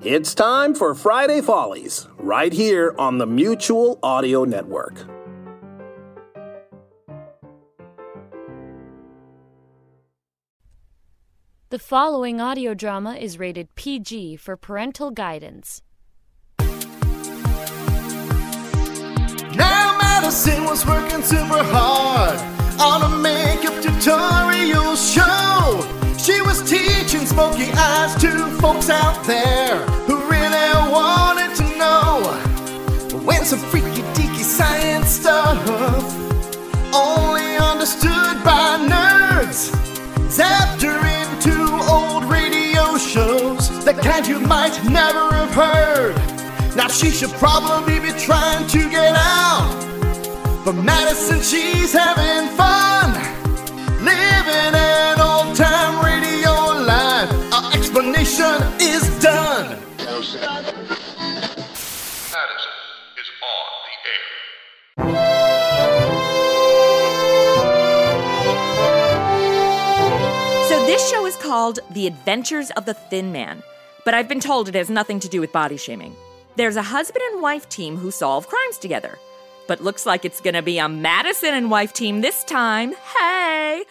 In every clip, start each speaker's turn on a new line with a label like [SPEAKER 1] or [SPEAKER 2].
[SPEAKER 1] It's time for Friday Follies, right here on the Mutual Audio Network.
[SPEAKER 2] The following audio drama is rated PG for parental guidance.
[SPEAKER 3] Now medicine was working super hard on a makeup tutorial show. She was teaching smoky eyes to folks out there who really wanted to know. When some freaky deaky science stuff only understood by nerds zapped her into old radio shows, the kind you might never have heard. Now she should probably be trying to get out. But Madison, she's having fun. Living an old time radio life. Our explanation is done.
[SPEAKER 4] Madison is on the air.
[SPEAKER 5] So this show is called The Adventures of the Thin Man, but I've been told it has nothing to do with body shaming. There's a husband and wife team who solve crimes together, but looks like it's gonna be a Madison and wife team this time. Hey!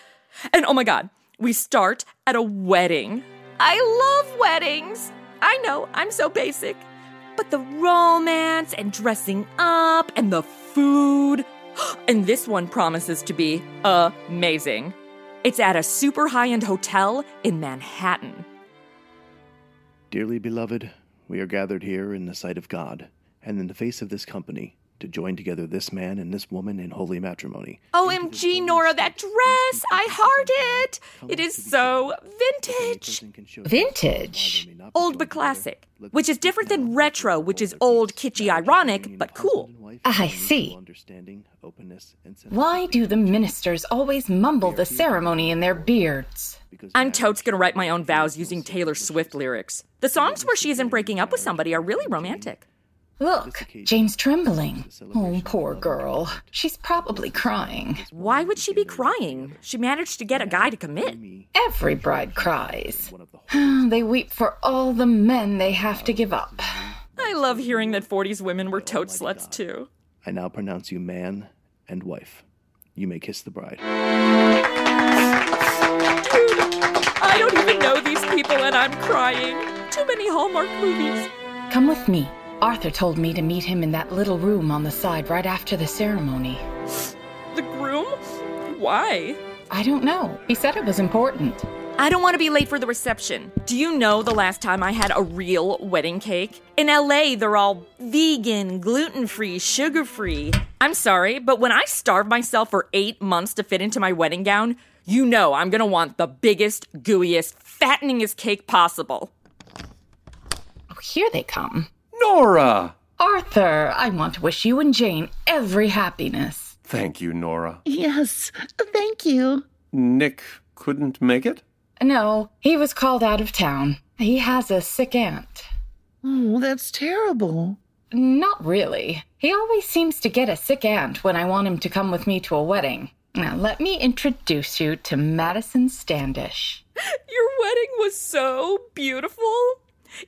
[SPEAKER 5] And oh my god, we start at a wedding. I love weddings! I know, I'm so basic. But the romance and dressing up and the food. And this one promises to be amazing. It's at a super high end hotel in Manhattan.
[SPEAKER 6] Dearly beloved, we are gathered here in the sight of God, and in the face of this company, to join together this man and this woman in holy matrimony.
[SPEAKER 5] OMG, Nora, that dress! I heart it! It is so vintage!
[SPEAKER 7] Vintage?
[SPEAKER 5] Old but classic, which is different than retro, which is old, kitschy, ironic, but cool.
[SPEAKER 7] I see.
[SPEAKER 6] Understanding, openness, and sense-
[SPEAKER 7] Why do the ministers always mumble the ceremony in their beards?
[SPEAKER 6] because
[SPEAKER 5] I'm
[SPEAKER 6] marriage
[SPEAKER 5] totes gonna write my own vows using Taylor Swift lyrics. The songs where she isn't breaking up with somebody are really romantic.
[SPEAKER 7] Look, Jane's trembling. Oh, poor girl. She's probably crying.
[SPEAKER 5] Why would she be crying? She managed to get a guy to commit.
[SPEAKER 7] Every bride cries. They weep for all the men they have to give up.
[SPEAKER 5] I love hearing that 40s women were tote sluts too.
[SPEAKER 6] I now pronounce you man and wife. You may kiss the bride.
[SPEAKER 5] I don't even know these people and I'm crying. Too many Hallmark movies.
[SPEAKER 7] Come with me. Arthur told me to meet him in that little room on the side right after the ceremony.
[SPEAKER 5] The groom? Why?
[SPEAKER 7] I don't know. He said it was important.
[SPEAKER 5] I don't want to be late for the reception. Do you know the last time I had a real wedding cake? In LA, they're all vegan, gluten free, sugar free. I'm sorry, but when I starve myself for eight months to fit into my wedding gown, you know I'm gonna want the biggest, gooeyest, fatteningest cake possible.
[SPEAKER 7] Oh, here they come.
[SPEAKER 8] Nora!
[SPEAKER 7] Arthur, I want to wish you and Jane every happiness.
[SPEAKER 8] Thank you, Nora.
[SPEAKER 9] Yes, thank you.
[SPEAKER 8] Nick couldn't make it?
[SPEAKER 7] No, he was called out of town. He has a sick aunt.
[SPEAKER 9] Oh, that's terrible.
[SPEAKER 7] Not really. He always seems to get a sick aunt when I want him to come with me to a wedding. Now, let me introduce you to Madison Standish.
[SPEAKER 5] Your wedding was so beautiful.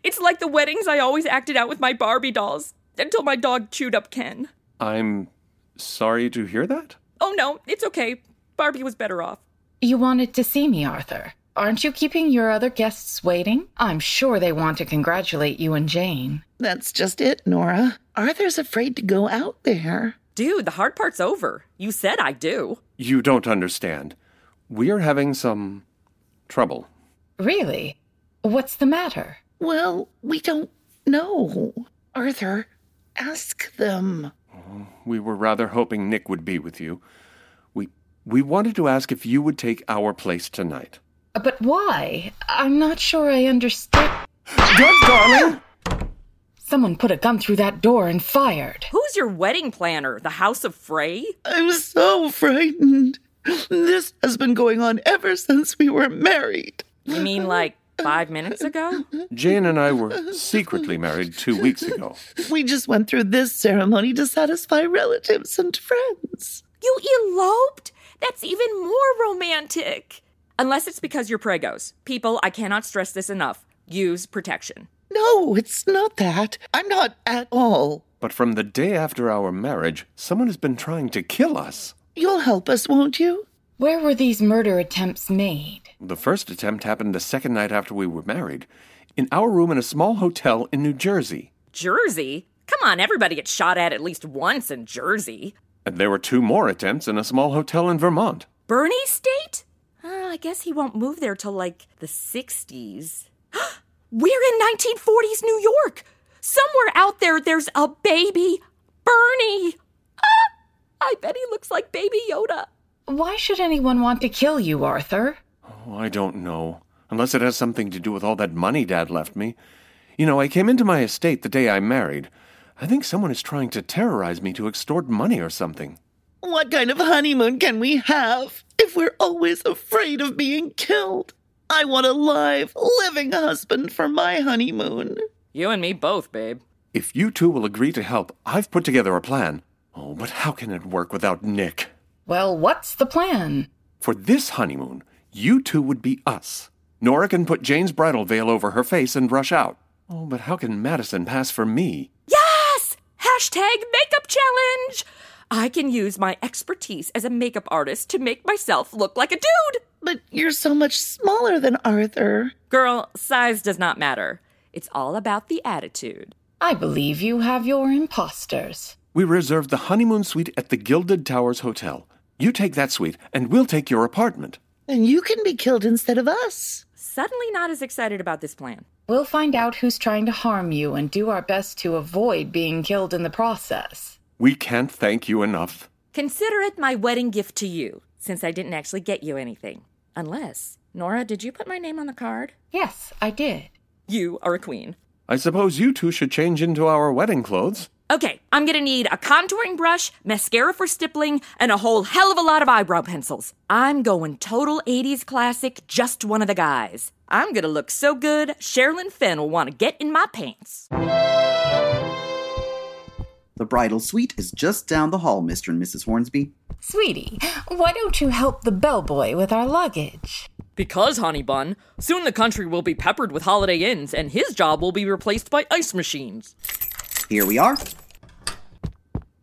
[SPEAKER 5] It's like the weddings I always acted out with my Barbie dolls until my dog chewed up Ken.
[SPEAKER 8] I'm sorry to hear that.
[SPEAKER 5] Oh no, it's okay. Barbie was better off.
[SPEAKER 7] You wanted to see me, Arthur. Aren't you keeping your other guests waiting? I'm sure they want to congratulate you and Jane.
[SPEAKER 9] That's just it, Nora. Arthur's afraid to go out there.
[SPEAKER 5] Dude, the hard part's over. You said I do.
[SPEAKER 8] You don't understand. We are having some trouble.
[SPEAKER 7] Really? What's the matter?
[SPEAKER 9] Well, we don't know. Arthur, ask them.
[SPEAKER 8] Oh, We were rather hoping Nick would be with you. We we wanted to ask if you would take our place tonight.
[SPEAKER 7] But why? I'm not sure I understand.
[SPEAKER 8] Good darling!
[SPEAKER 7] Someone put a gun through that door and fired.
[SPEAKER 5] Who's your wedding planner? The House of Frey?
[SPEAKER 9] I'm so frightened. This has been going on ever since we were married.
[SPEAKER 5] You mean like five minutes ago?
[SPEAKER 8] Jane and I were secretly married two weeks ago.
[SPEAKER 9] We just went through this ceremony to satisfy relatives and friends.
[SPEAKER 5] You eloped? That's even more romantic. Unless it's because you're pregos. People, I cannot stress this enough. Use protection.
[SPEAKER 10] No, it's not that. I'm not at all.
[SPEAKER 8] But from the day after our marriage, someone has been trying to kill us.
[SPEAKER 10] You'll help us, won't you?
[SPEAKER 7] Where were these murder attempts made?
[SPEAKER 8] The first attempt happened the second night after we were married, in our room in a small hotel in New Jersey.
[SPEAKER 5] Jersey? Come on, everybody gets shot at at least once in Jersey.
[SPEAKER 8] And there were two more attempts in a small hotel in Vermont.
[SPEAKER 5] Bernie State? Uh, I guess he won't move there till like the 60s. We're in 1940s New York. Somewhere out there, there's a baby Bernie. Ah, I bet he looks like Baby Yoda.
[SPEAKER 7] Why should anyone want to kill you, Arthur?
[SPEAKER 8] Oh, I don't know. Unless it has something to do with all that money Dad left me. You know, I came into my estate the day I married. I think someone is trying to terrorize me to extort money or something.
[SPEAKER 10] What kind of honeymoon can we have if we're always afraid of being killed? I want a live, living husband for my honeymoon.
[SPEAKER 5] You and me both, babe.
[SPEAKER 8] If you two will agree to help, I've put together a plan. Oh, but how can it work without Nick?
[SPEAKER 7] Well, what's the plan?
[SPEAKER 8] For this honeymoon, you two would be us. Nora can put Jane's bridal veil over her face and rush out. Oh, but how can Madison pass for me?
[SPEAKER 5] Yes! Hashtag makeup challenge! I can use my expertise as a makeup artist to make myself look like a dude!
[SPEAKER 10] But you're so much smaller than Arthur.
[SPEAKER 5] Girl, size does not matter. It's all about the attitude.
[SPEAKER 7] I believe you have your imposters.
[SPEAKER 8] We reserved the honeymoon suite at the Gilded Towers Hotel. You take that suite, and we'll take your apartment.
[SPEAKER 10] And you can be killed instead of us.
[SPEAKER 5] Suddenly, not as excited about this plan.
[SPEAKER 7] We'll find out who's trying to harm you and do our best to avoid being killed in the process.
[SPEAKER 8] We can't thank you enough.
[SPEAKER 5] Consider it my wedding gift to you, since I didn't actually get you anything. Unless, Nora, did you put my name on the card?
[SPEAKER 7] Yes, I did.
[SPEAKER 5] You are a queen.
[SPEAKER 8] I suppose you two should change into our wedding clothes.
[SPEAKER 5] Okay, I'm gonna need a contouring brush, mascara for stippling, and a whole hell of a lot of eyebrow pencils. I'm going total 80s classic, just one of the guys. I'm gonna look so good, Sherilyn Finn will wanna get in my pants.
[SPEAKER 9] The bridal suite is just down the hall, Mr. and Mrs. Hornsby.
[SPEAKER 7] Sweetie, why don't you help the bellboy with our luggage?
[SPEAKER 5] Because, Honey Bun, soon the country will be peppered with holiday inns, and his job will be replaced by ice machines.
[SPEAKER 9] Here we are.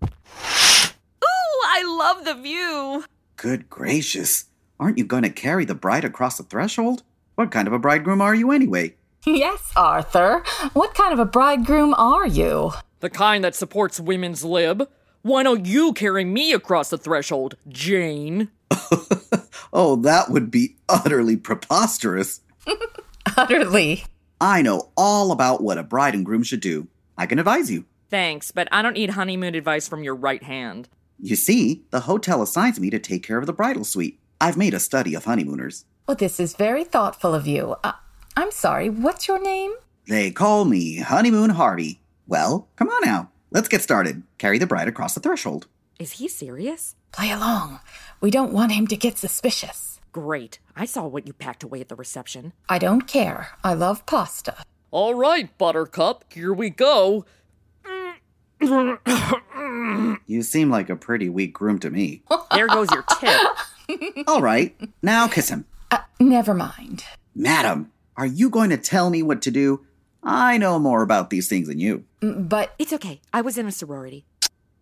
[SPEAKER 5] Ooh, I love the view.
[SPEAKER 9] Good gracious. Aren't you going to carry the bride across the threshold? What kind of a bridegroom are you anyway?
[SPEAKER 7] Yes, Arthur. What kind of a bridegroom are you?
[SPEAKER 5] The kind that supports women's lib. Why don't you carry me across the threshold, Jane?
[SPEAKER 9] Oh, that would be utterly preposterous.
[SPEAKER 7] Utterly.
[SPEAKER 9] I know all about what a bride and groom should do. I can advise you.
[SPEAKER 5] Thanks, but I don't need honeymoon advice from your right hand.
[SPEAKER 9] You see, the hotel assigns me to take care of the bridal suite. I've made a study of honeymooners.
[SPEAKER 7] Well, this is very thoughtful of you. Uh, I'm sorry, what's your name?
[SPEAKER 9] They call me Honeymoon Hardy. Well, come on now. Let's get started. Carry the bride across the threshold.
[SPEAKER 5] Is he serious?
[SPEAKER 7] Play along. We don't want him to get suspicious.
[SPEAKER 5] Great. I saw what you packed away at the reception.
[SPEAKER 7] I don't care. I love pasta.
[SPEAKER 5] All right, Buttercup, here we go.
[SPEAKER 9] You seem like a pretty weak groom to me.
[SPEAKER 5] There goes your tip.
[SPEAKER 9] all right, now kiss him.
[SPEAKER 7] Uh, never mind.
[SPEAKER 9] Madam, are you going to tell me what to do? I know more about these things than you.
[SPEAKER 7] Mm, But
[SPEAKER 5] It's okay. I was in a sorority.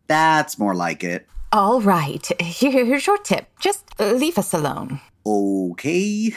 [SPEAKER 9] That's more like it.
[SPEAKER 7] all right, here's your tip. Just leave us alone.
[SPEAKER 9] Okay,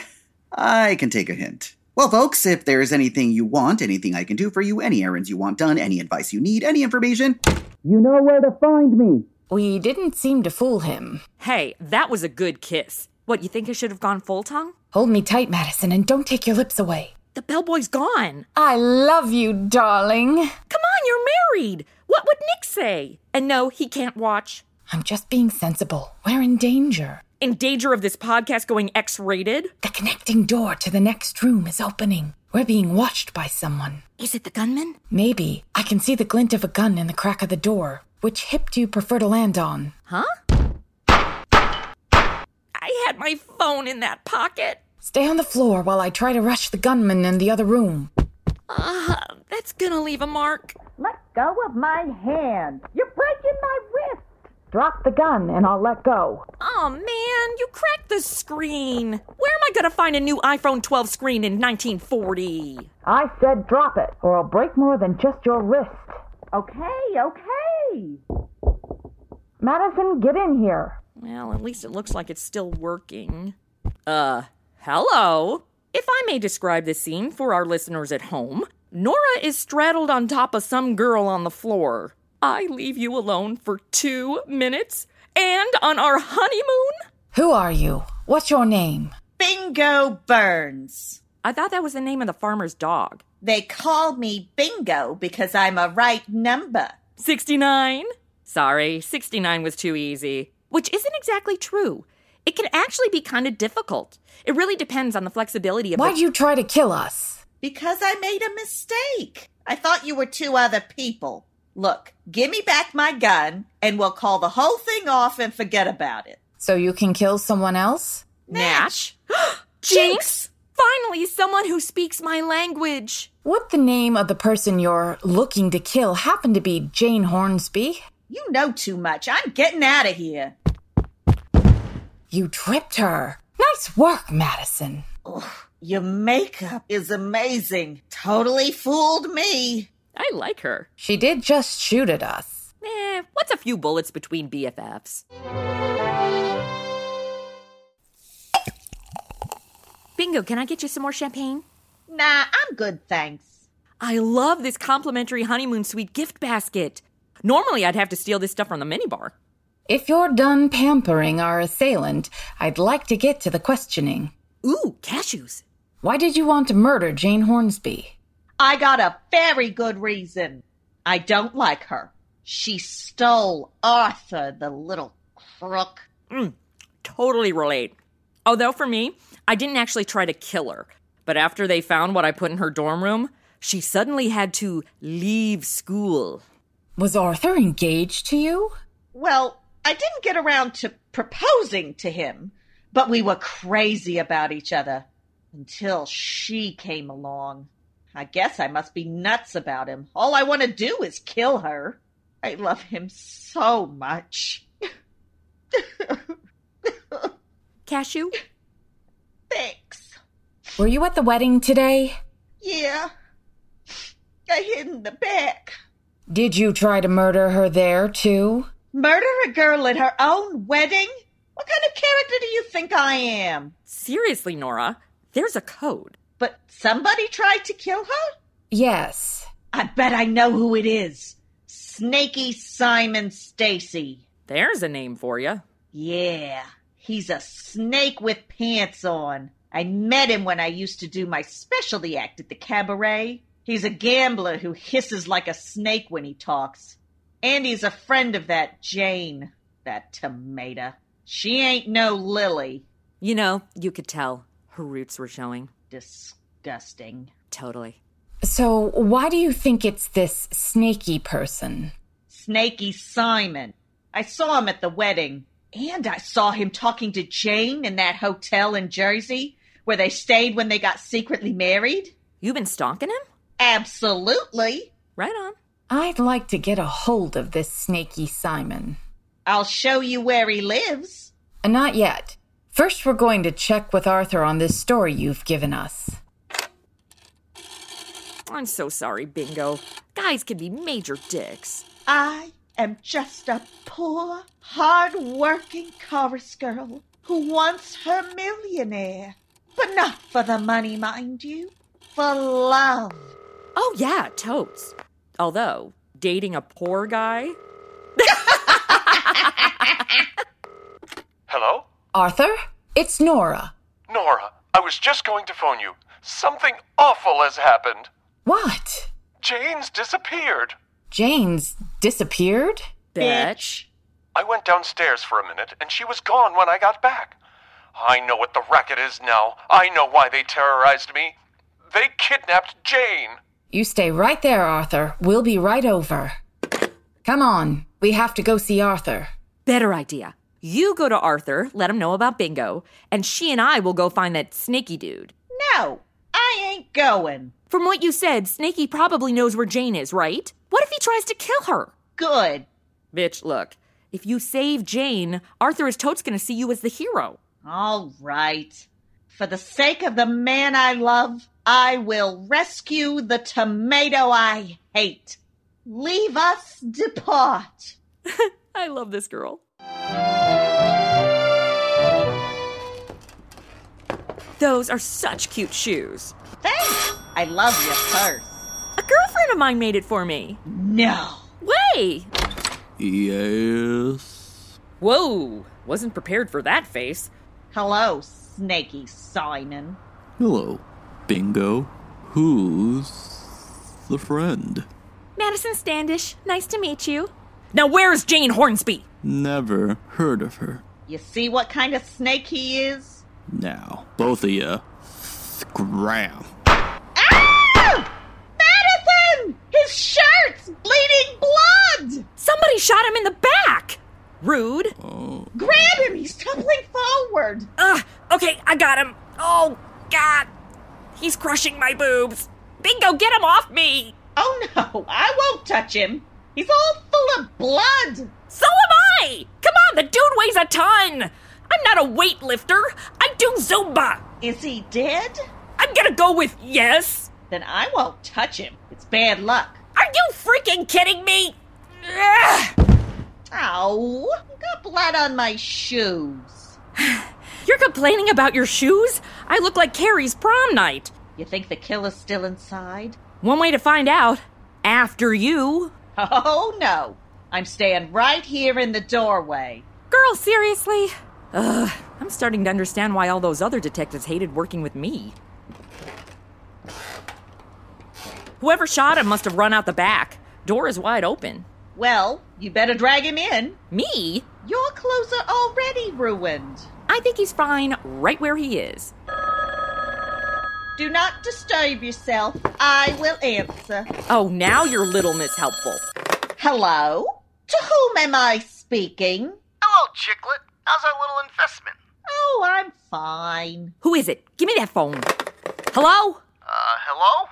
[SPEAKER 9] I can take a hint. Well, folks, if there's anything you want, anything I can do for you, any errands you want done, any advice you need, any information, you know where to find me.
[SPEAKER 7] We didn't seem to fool him.
[SPEAKER 5] Hey, that was a good kiss. What, you think I should have gone full tongue?
[SPEAKER 7] Hold me tight, Madison, and don't take your lips away.
[SPEAKER 5] The bellboy's gone.
[SPEAKER 7] I love you, darling.
[SPEAKER 5] Come on, you're married. What would Nick say? And no, he can't watch.
[SPEAKER 7] I'm just being sensible. We're in danger.
[SPEAKER 5] In danger of this podcast going X rated?
[SPEAKER 7] The connecting door to the next room is opening. We're being watched by someone.
[SPEAKER 5] Is it the gunman?
[SPEAKER 7] Maybe I can see the glint of a gun in the crack of the door. Which hip do you prefer to land on?
[SPEAKER 5] Huh? I had my phone in that pocket.
[SPEAKER 7] Stay on the floor while I try to rush the gunman in the other room.
[SPEAKER 5] Uh, that's gonna leave a mark.
[SPEAKER 3] Let go of my hand. You're breaking my wrist.
[SPEAKER 7] Drop the gun and I'll let go.
[SPEAKER 5] Oh man, you cracked the screen. Where am I gonna find a new iPhone 12 screen in 1940?
[SPEAKER 7] I said drop it, or I'll break more than just your wrist.
[SPEAKER 3] Okay, okay.
[SPEAKER 7] Madison, get in here.
[SPEAKER 5] Well, at least it looks like it's still working. Uh, hello? If I may describe this scene for our listeners at home, Nora is straddled on top of some girl on the floor. I leave you alone for two minutes and on our honeymoon?
[SPEAKER 7] Who are you? What's your name?
[SPEAKER 3] Bingo Burns.
[SPEAKER 5] I thought that was the name of the farmer's dog.
[SPEAKER 3] They call me Bingo because I'm a right number.
[SPEAKER 5] 69? Sorry, 69 was too easy. Which isn't exactly true. It can actually be kind of difficult. It really depends on the flexibility of
[SPEAKER 7] Why'd
[SPEAKER 5] the-
[SPEAKER 7] you try to kill us?
[SPEAKER 3] Because I made a mistake. I thought you were two other people. Look, give me back my gun and we'll call the whole thing off and forget about it.
[SPEAKER 7] So you can kill someone else?
[SPEAKER 5] Natch? Jinx? Finally, someone who speaks my language.
[SPEAKER 7] Would the name of the person you're looking to kill happen to be Jane Hornsby?
[SPEAKER 3] You know too much. I'm getting out of here.
[SPEAKER 7] You tripped her. Nice work, Madison.
[SPEAKER 3] Your makeup is amazing. Totally fooled me.
[SPEAKER 5] I like her.
[SPEAKER 7] She did just shoot at us.
[SPEAKER 5] Eh, what's a few bullets between BFFs? Bingo, can I get you some more champagne?
[SPEAKER 3] Nah, I'm good, thanks.
[SPEAKER 5] I love this complimentary honeymoon suite gift basket. Normally, I'd have to steal this stuff from the minibar.
[SPEAKER 7] If you're done pampering our assailant, I'd like to get to the questioning.
[SPEAKER 5] Ooh, cashews.
[SPEAKER 7] Why did you want to murder Jane Hornsby?
[SPEAKER 3] I got a very good reason. I don't like her. She stole Arthur, the little crook.
[SPEAKER 5] Totally relate. Although, for me, I didn't actually try to kill her. But after they found what I put in her dorm room, she suddenly had to leave school.
[SPEAKER 7] Was Arthur engaged to you?
[SPEAKER 3] Well, I didn't get around to proposing to him, but we were crazy about each other until she came along. I guess I must be nuts about him. All I want to do is kill her. I love him so much.
[SPEAKER 5] Cashew?
[SPEAKER 3] Thanks.
[SPEAKER 7] Were you at the wedding today?
[SPEAKER 3] Yeah. I hid in the back.
[SPEAKER 7] Did you try to murder her there, too?
[SPEAKER 3] Murder a girl at her own wedding? What kind of character do you think I am?
[SPEAKER 5] Seriously, Nora, there's a code.
[SPEAKER 3] But somebody tried to kill her?
[SPEAKER 7] Yes.
[SPEAKER 3] I bet I know who it is. Snaky Simon Stacy.
[SPEAKER 5] There's a name for you.
[SPEAKER 3] Yeah, he's a snake with pants on. I met him when I used to do my specialty act at the cabaret. He's a gambler who hisses like a snake when he talks. And he's a friend of that Jane, that tomato. She ain't no Lily.
[SPEAKER 5] You know, you could tell her roots were showing.
[SPEAKER 3] Disgusting.
[SPEAKER 5] Totally.
[SPEAKER 7] So, why do you think it's this snaky person?
[SPEAKER 3] Snaky Simon. I saw him at the wedding, and I saw him talking to Jane in that hotel in Jersey where they stayed when they got secretly married.
[SPEAKER 5] You've been stalking him?
[SPEAKER 3] Absolutely.
[SPEAKER 5] Right on.
[SPEAKER 7] I'd like to get a hold of this snaky Simon.
[SPEAKER 3] I'll show you where he lives.
[SPEAKER 7] Uh, Not yet. First, we're going to check with Arthur on this story you've given us.
[SPEAKER 5] I'm so sorry, Bingo. Guys can be major dicks.
[SPEAKER 3] I am just a poor, hard-working chorus girl who wants her millionaire. But not for the money, mind you. For love.
[SPEAKER 5] Oh, yeah, totes. Although, dating a poor guy?
[SPEAKER 8] Hello?
[SPEAKER 7] Arthur? It's Nora.
[SPEAKER 8] Nora, I was just going to phone you. Something awful has happened.
[SPEAKER 7] What?
[SPEAKER 8] Jane's disappeared.
[SPEAKER 7] Jane's disappeared?
[SPEAKER 5] Bitch.
[SPEAKER 8] I went downstairs for a minute, and she was gone when I got back. I know what the racket is now. I know why they terrorized me. They kidnapped Jane.
[SPEAKER 7] You stay right there, Arthur. We'll be right over. Come on. We have to go see Arthur.
[SPEAKER 5] Better idea. You go to Arthur, let him know about Bingo, and she and I will go find that snaky dude.
[SPEAKER 3] No, I ain't going.
[SPEAKER 5] From what you said, Snaky probably knows where Jane is, right? What if he tries to kill her?
[SPEAKER 3] Good.
[SPEAKER 5] Bitch, look, If you save Jane, Arthur is totes going to see you as the hero.
[SPEAKER 9] All right. For the sake of the man I love, I will rescue the tomato I hate. Leave us depart.
[SPEAKER 5] I love this girl. Those are such cute shoes.
[SPEAKER 9] Thanks. I love your purse.
[SPEAKER 5] A girlfriend of mine made it for me.
[SPEAKER 9] No.
[SPEAKER 5] Way!
[SPEAKER 11] Yes.
[SPEAKER 5] Whoa, wasn't prepared for that face.
[SPEAKER 9] Hello, Snaky Simon.
[SPEAKER 11] Hello. Bingo. Who's the friend?
[SPEAKER 5] Madison Standish, nice to meet you. Now, where's Jane Hornsby?
[SPEAKER 11] Never heard of her.
[SPEAKER 9] You see what kind of snake he is?
[SPEAKER 11] Now, both of you, scram.
[SPEAKER 9] Ah! Madison! His shirt's bleeding blood!
[SPEAKER 5] Somebody shot him in the back! Rude.
[SPEAKER 9] Grab him! He's tumbling forward!
[SPEAKER 5] Ugh, okay, I got him. Oh, God. He's crushing my boobs. Bingo, get him off me!
[SPEAKER 9] Oh, no, I won't touch him. He's all full of blood!
[SPEAKER 5] So am I! Come on, the dude weighs a ton! I'm not a weightlifter. I do Zumba!
[SPEAKER 9] Is he dead?
[SPEAKER 5] I'm gonna go with yes!
[SPEAKER 9] Then I won't touch him. It's bad luck.
[SPEAKER 5] Are you freaking kidding me? Ugh.
[SPEAKER 9] Ow! You got blood on my shoes.
[SPEAKER 5] You're complaining about your shoes? I look like Carrie's prom night.
[SPEAKER 9] You think the killer's still inside?
[SPEAKER 5] One way to find out after you.
[SPEAKER 9] Oh no! I'm staying right here in the doorway.
[SPEAKER 5] Girl, seriously? Ugh, I'm starting to understand why all those other detectives hated working with me. Whoever shot him must have run out the back. Door is wide open.
[SPEAKER 9] Well, you better drag him in.
[SPEAKER 5] Me?
[SPEAKER 9] Your clothes are already ruined.
[SPEAKER 5] I think he's fine right where he is.
[SPEAKER 9] Do not disturb yourself. I will answer.
[SPEAKER 5] Oh, now you're little miss helpful.
[SPEAKER 9] Hello? To whom am I speaking?
[SPEAKER 4] Hello, Chicklet. How's our little investment?
[SPEAKER 9] Oh, I'm fine.
[SPEAKER 5] Who is it? Give me that phone. Hello?
[SPEAKER 4] Uh, hello?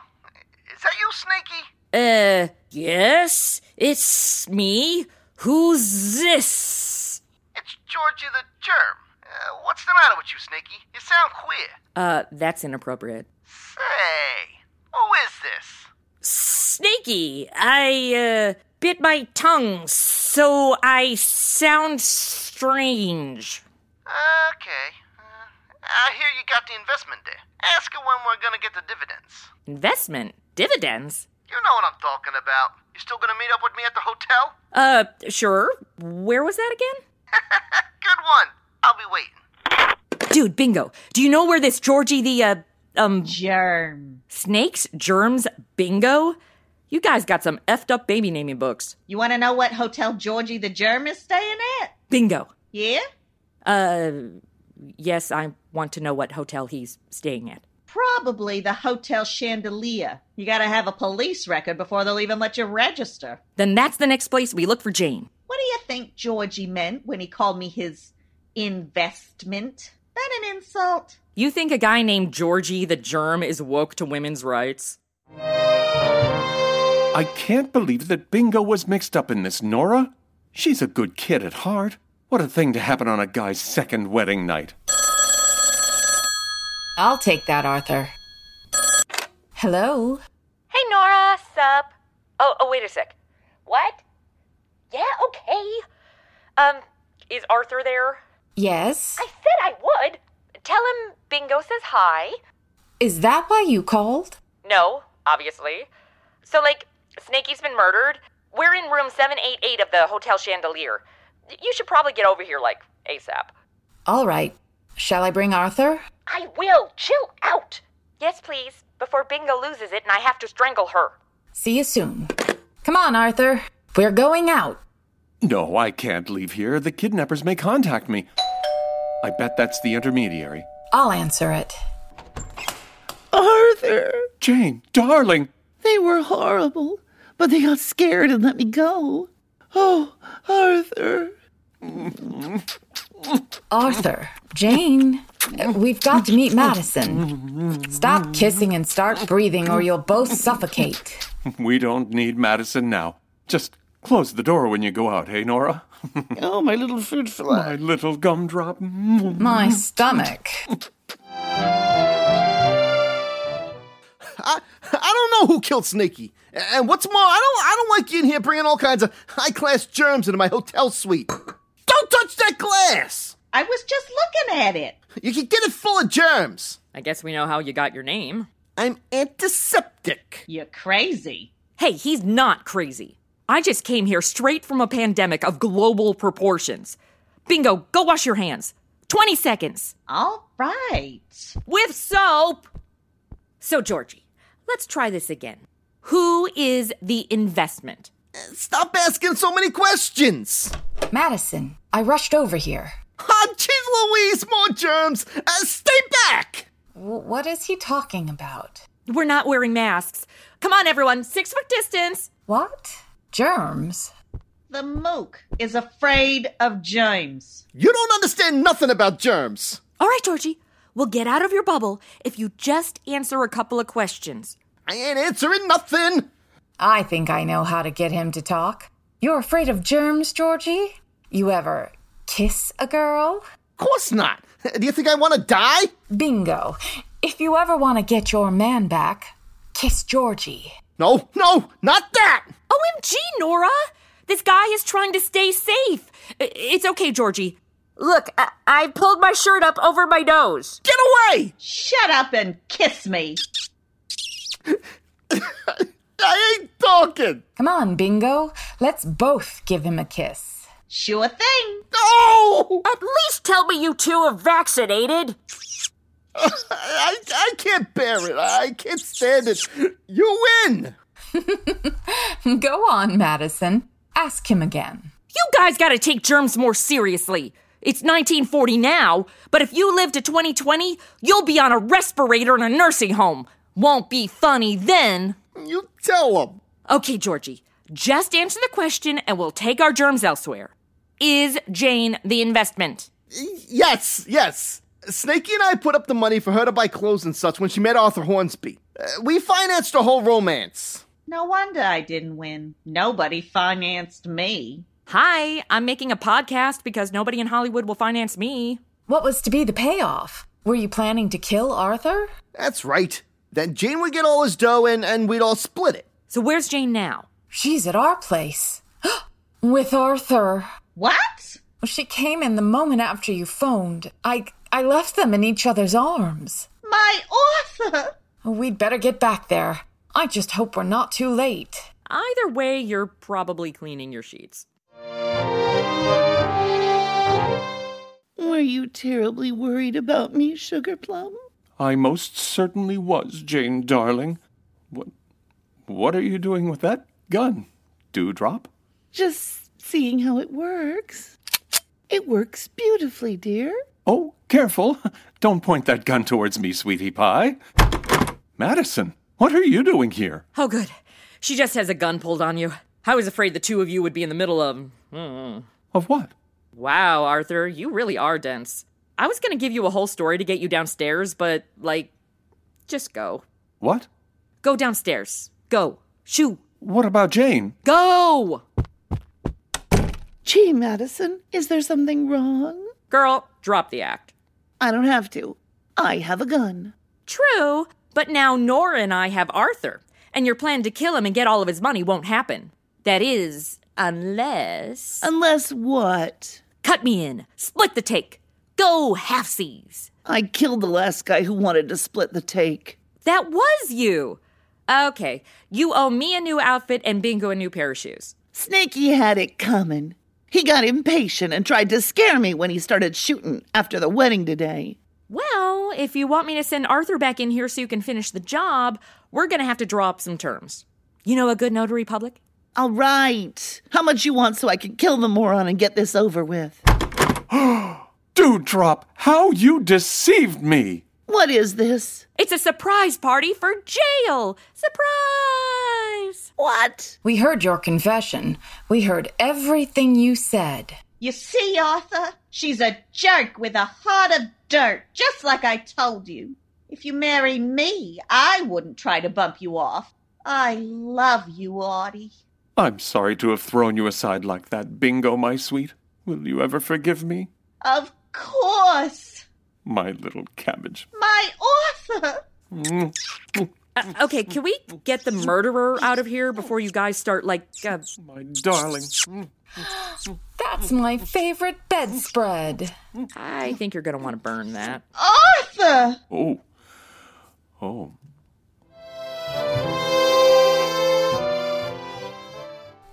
[SPEAKER 4] Is that you, Snaky?
[SPEAKER 5] Uh, yes, it's me. Who's this?
[SPEAKER 4] It's Georgie the Germ. Uh, what's the matter with you, Snaky? You sound queer.
[SPEAKER 5] Uh, that's inappropriate.
[SPEAKER 4] Say, who is this?
[SPEAKER 5] Snaky, I, uh, bit my tongue, so I sound strange.
[SPEAKER 4] Okay. Uh, I hear you got the investment there. Ask her when we're gonna get the dividends.
[SPEAKER 5] Investment? Dividends?
[SPEAKER 4] You know what I'm talking about. You still gonna meet up with me at the hotel?
[SPEAKER 5] Uh, sure. Where was that again?
[SPEAKER 4] Good one. I'll be waiting.
[SPEAKER 5] Dude, bingo. Do you know where this Georgie the, uh, um.
[SPEAKER 9] Germ.
[SPEAKER 5] Snakes, germs, bingo? You guys got some effed up baby naming books.
[SPEAKER 9] You want to know what hotel Georgie the Germ is staying at?
[SPEAKER 5] Bingo.
[SPEAKER 9] Yeah?
[SPEAKER 5] Uh, yes, I want to know what hotel he's staying at.
[SPEAKER 9] Probably the Hotel Chandelier. You gotta have a police record before they'll even let you register.
[SPEAKER 5] Then that's the next place we look for Jane.
[SPEAKER 9] What do you think Georgie meant when he called me his investment? That an insult?
[SPEAKER 5] You think a guy named Georgie the Germ is woke to women's rights?
[SPEAKER 3] I can't believe that Bingo was mixed up in this, Nora. She's a good kid at heart. What a thing to happen on a guy's second wedding night.
[SPEAKER 7] I'll take that, Arthur. Hello?
[SPEAKER 12] Hey, Nora, sup? Oh, oh, wait a sec. What? Yeah, okay. Um, is Arthur there?
[SPEAKER 7] Yes?
[SPEAKER 12] I said I would. Tell him Bingo says hi.
[SPEAKER 7] Is that why you called?
[SPEAKER 12] No, obviously. So, like, Snaky's been murdered. We're in room 788 of the Hotel Chandelier. Y- You should probably get over here, like, ASAP.
[SPEAKER 7] All right. Shall I bring Arthur?
[SPEAKER 12] I will. Chill out. Yes, please, before Bingo loses it and I have to strangle her.
[SPEAKER 7] See you soon. Come on, Arthur. We're going out.
[SPEAKER 3] No, I can't leave here. The kidnappers may contact me. I bet that's the intermediary.
[SPEAKER 7] I'll answer it.
[SPEAKER 13] Arthur!
[SPEAKER 3] Jane, darling!
[SPEAKER 13] They were horrible, but they got scared and let me go. Oh, Arthur.
[SPEAKER 7] Arthur, Jane, uh, we've got to meet Madison. Stop kissing and start breathing, or you'll both suffocate.
[SPEAKER 3] We don't need Madison now. Just
[SPEAKER 8] Close the door when you go out, hey, Nora?
[SPEAKER 10] Oh, my little food fly.
[SPEAKER 8] My little gumdrop.
[SPEAKER 7] My stomach.
[SPEAKER 14] I, I don't know who killed Snaky. And what's more, I don't I don't like you in here bringing all kinds of high class germs into my hotel suite. Don't touch that glass.
[SPEAKER 3] I was just looking at it.
[SPEAKER 14] You can get it full of germs.
[SPEAKER 5] I guess we know how you got your name.
[SPEAKER 14] I'm antiseptic.
[SPEAKER 3] You're crazy.
[SPEAKER 5] Hey, he's not crazy. I just came here straight from a pandemic of global proportions. Bingo, go wash your hands. 20 seconds.
[SPEAKER 3] All right.
[SPEAKER 5] With soap. So, Georgie, let's try this again. Who is the investment?
[SPEAKER 14] Stop asking so many questions.
[SPEAKER 7] Madison, I rushed over here.
[SPEAKER 14] Ah, jeez Louise, more germs. Uh, stay back.
[SPEAKER 7] W- what is he talking about?
[SPEAKER 5] We're not wearing masks. Come on, everyone, six foot distance.
[SPEAKER 7] What? Germs?
[SPEAKER 3] The mook is afraid of germs.
[SPEAKER 14] You don't understand nothing about germs.
[SPEAKER 5] All right, Georgie, we'll get out of your bubble if you just answer a couple of questions.
[SPEAKER 14] I ain't answering nothing.
[SPEAKER 7] I think I know how to get him to talk. You're afraid of germs, Georgie? You ever kiss a girl?
[SPEAKER 14] Course not. Do you think I want to die?
[SPEAKER 7] Bingo. If you ever want to get your man back, kiss Georgie.
[SPEAKER 14] No, no, not that.
[SPEAKER 5] OMG, Nora! This guy is trying to stay safe. I- It's okay, Georgie. Look, I, I pulled my shirt up over my nose.
[SPEAKER 14] Get away!
[SPEAKER 3] Shut up and kiss me.
[SPEAKER 14] I ain't talking.
[SPEAKER 7] Come on, Bingo. Let's both give him a kiss.
[SPEAKER 3] Sure thing.
[SPEAKER 14] No!
[SPEAKER 5] At least tell me you two are vaccinated.
[SPEAKER 14] I, I can't bear it. I can't stand it. You win.
[SPEAKER 7] Go on, Madison. Ask him again.
[SPEAKER 5] You guys gotta take germs more seriously. It's 1940 now, but if you live to 2020, you'll be on a respirator in a nursing home. Won't be funny then.
[SPEAKER 14] You tell him.
[SPEAKER 5] Okay, Georgie, just answer the question and we'll take our germs elsewhere. Is Jane the investment?
[SPEAKER 14] Yes, yes. Snaky and I put up the money for her to buy clothes and such when she met Arthur Hornsby. Uh, we financed her whole romance.
[SPEAKER 3] No wonder I didn't win. Nobody financed me.
[SPEAKER 5] Hi, I'm making a podcast because nobody in Hollywood will finance me.
[SPEAKER 7] What was to be the payoff? Were you planning to kill Arthur?
[SPEAKER 14] That's right. Then Jane would get all his dough and, and we'd all split it.
[SPEAKER 5] So where's Jane now?
[SPEAKER 7] She's at our place. With Arthur.
[SPEAKER 3] What?
[SPEAKER 7] She came in the moment after you phoned. I I left them in each other's arms.
[SPEAKER 3] My author.
[SPEAKER 7] We'd better get back there. I just hope we're not too late.
[SPEAKER 5] Either way, you're probably cleaning your sheets.
[SPEAKER 10] Were you terribly worried about me, Sugar Plum?
[SPEAKER 8] I most certainly was, Jane, darling. What, what are you doing with that gun? Dewdrop?
[SPEAKER 10] Just seeing how it works. It works beautifully, dear.
[SPEAKER 8] Oh, careful. Don't point that gun towards me, sweetie pie. Madison, what are you doing here?
[SPEAKER 5] Oh, good. She just has a gun pulled on you. I was afraid the two of you would be in the middle of. Mm.
[SPEAKER 8] Of what?
[SPEAKER 5] Wow, Arthur, you really are dense. I was gonna give you a whole story to get you downstairs, but, like, just go.
[SPEAKER 8] What?
[SPEAKER 5] Go downstairs. Go. Shoo.
[SPEAKER 8] What about Jane?
[SPEAKER 5] Go!
[SPEAKER 10] Gee, Madison, is there something wrong?
[SPEAKER 5] Girl, drop the act.
[SPEAKER 10] I don't have to. I have a gun.
[SPEAKER 5] True, but now Nora and I have Arthur, and your plan to kill him and get all of his money won't happen. That is, unless.
[SPEAKER 10] Unless what?
[SPEAKER 5] Cut me in. Split the take. Go halfsies.
[SPEAKER 10] I killed the last guy who wanted to split the take.
[SPEAKER 5] That was you. Okay, you owe me a new outfit and Bingo a new pair of shoes.
[SPEAKER 10] Snaky had it coming. He got impatient and tried to scare me when he started shooting after the wedding today.
[SPEAKER 5] Well, if you want me to send Arthur back in here so you can finish the job, we're gonna have to draw up some terms. You know a good notary public?
[SPEAKER 10] All right. How much you want so I can kill the moron and get this over with?
[SPEAKER 8] Dewdrop, how you deceived me!
[SPEAKER 10] What is this?
[SPEAKER 5] It's a surprise party for jail! Surprise!
[SPEAKER 10] What?
[SPEAKER 7] We heard your confession. We heard everything you said.
[SPEAKER 3] You see, Arthur? She's a jerk with a heart of dirt, just like I told you. If you marry me, I wouldn't try to bump you off. I love you, Artie.
[SPEAKER 8] I'm sorry to have thrown you aside like that, Bingo, my sweet. Will you ever forgive me?
[SPEAKER 3] Of course.
[SPEAKER 8] My little cabbage.
[SPEAKER 3] My author.
[SPEAKER 5] Uh, okay, can we get the murderer out of here before you guys start, like. Uh...
[SPEAKER 8] My darling.
[SPEAKER 7] That's my favorite bedspread.
[SPEAKER 5] I think you're going to want to burn that.
[SPEAKER 3] Arthur!
[SPEAKER 8] Oh. Oh.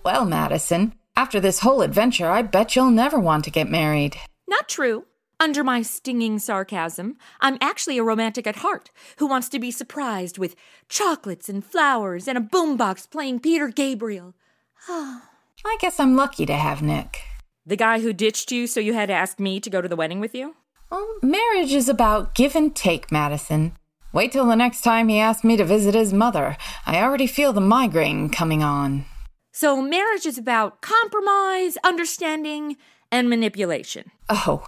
[SPEAKER 7] Well, Madison, after this whole adventure, I bet you'll never want to get married.
[SPEAKER 5] Not true. Under my stinging sarcasm, I'm actually a romantic at heart who wants to be surprised with chocolates and flowers and a boombox playing Peter Gabriel.
[SPEAKER 7] I guess I'm lucky to have Nick.
[SPEAKER 5] The guy who ditched you so you had to ask me to go to the wedding with you?
[SPEAKER 7] Well, marriage is about give and take, Madison. Wait till the next time he asks me to visit his mother. I already feel the migraine coming on.
[SPEAKER 5] So, marriage is about compromise, understanding, and manipulation.
[SPEAKER 7] Oh,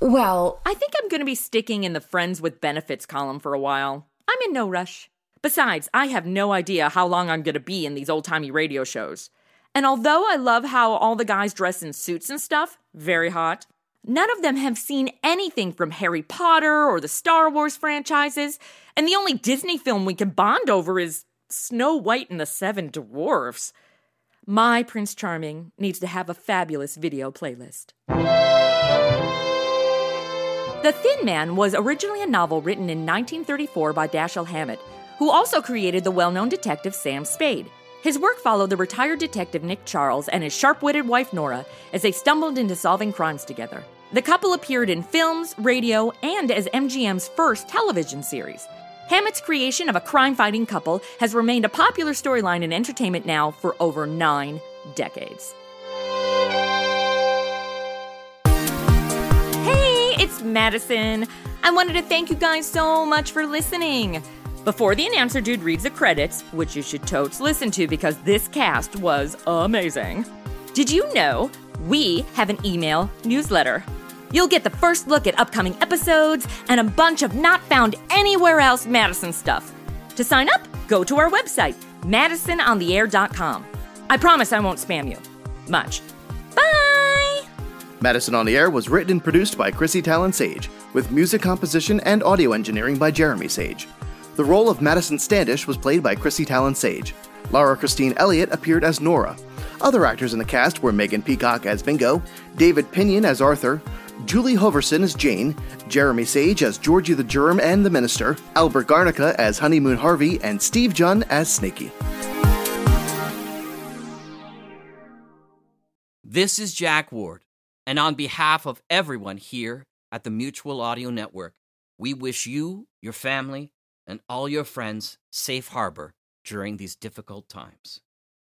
[SPEAKER 7] well,
[SPEAKER 5] I think I'm going to be sticking in the friends with benefits column for a while. I'm in no rush. Besides, I have no idea how long I'm going to be in these old timey radio shows. And although I love how all the guys dress in suits and stuff, very hot, none of them have seen anything from Harry Potter or the Star Wars franchises. And the only Disney film we can bond over is Snow White and the Seven Dwarfs. My Prince Charming needs to have a fabulous video playlist. The Thin Man was originally a novel written in 1934 by Dashiell Hammett, who also created the well known detective Sam Spade. His work followed the retired detective Nick Charles and his sharp witted wife Nora as they stumbled into solving crimes together. The couple appeared in films, radio, and as MGM's first television series. Hammett's creation of a crime fighting couple has remained a popular storyline in entertainment now for over nine decades. Hey, it's Madison. I wanted to thank you guys so much for listening. Before the announcer dude reads the credits, which you should totes listen to because this cast was amazing, did you know we have an email newsletter? You'll get the first look at upcoming episodes and a bunch of not found anywhere else Madison stuff. To sign up, go to our website, madisonontheair.com. I promise I won't spam you. Much. Bye!
[SPEAKER 14] Madison on the Air was written and produced by Chrissy Talon Sage, with music composition and audio engineering by Jeremy Sage. The role of Madison Standish was played by Chrissy Talon Sage. Laura Christine Elliott appeared as Nora. Other actors in the cast were Megan Peacock as Bingo, David Pinion as Arthur, Julie Hoverson as Jane, Jeremy Sage as Georgie the Germ and the Minister, Albert Garnica as Honeymoon Harvey, and Steve Junn as Snaky.
[SPEAKER 15] This is Jack Ward, and on behalf of everyone here at the Mutual Audio Network, we wish you, your family, and all your friends safe harbor during these difficult times.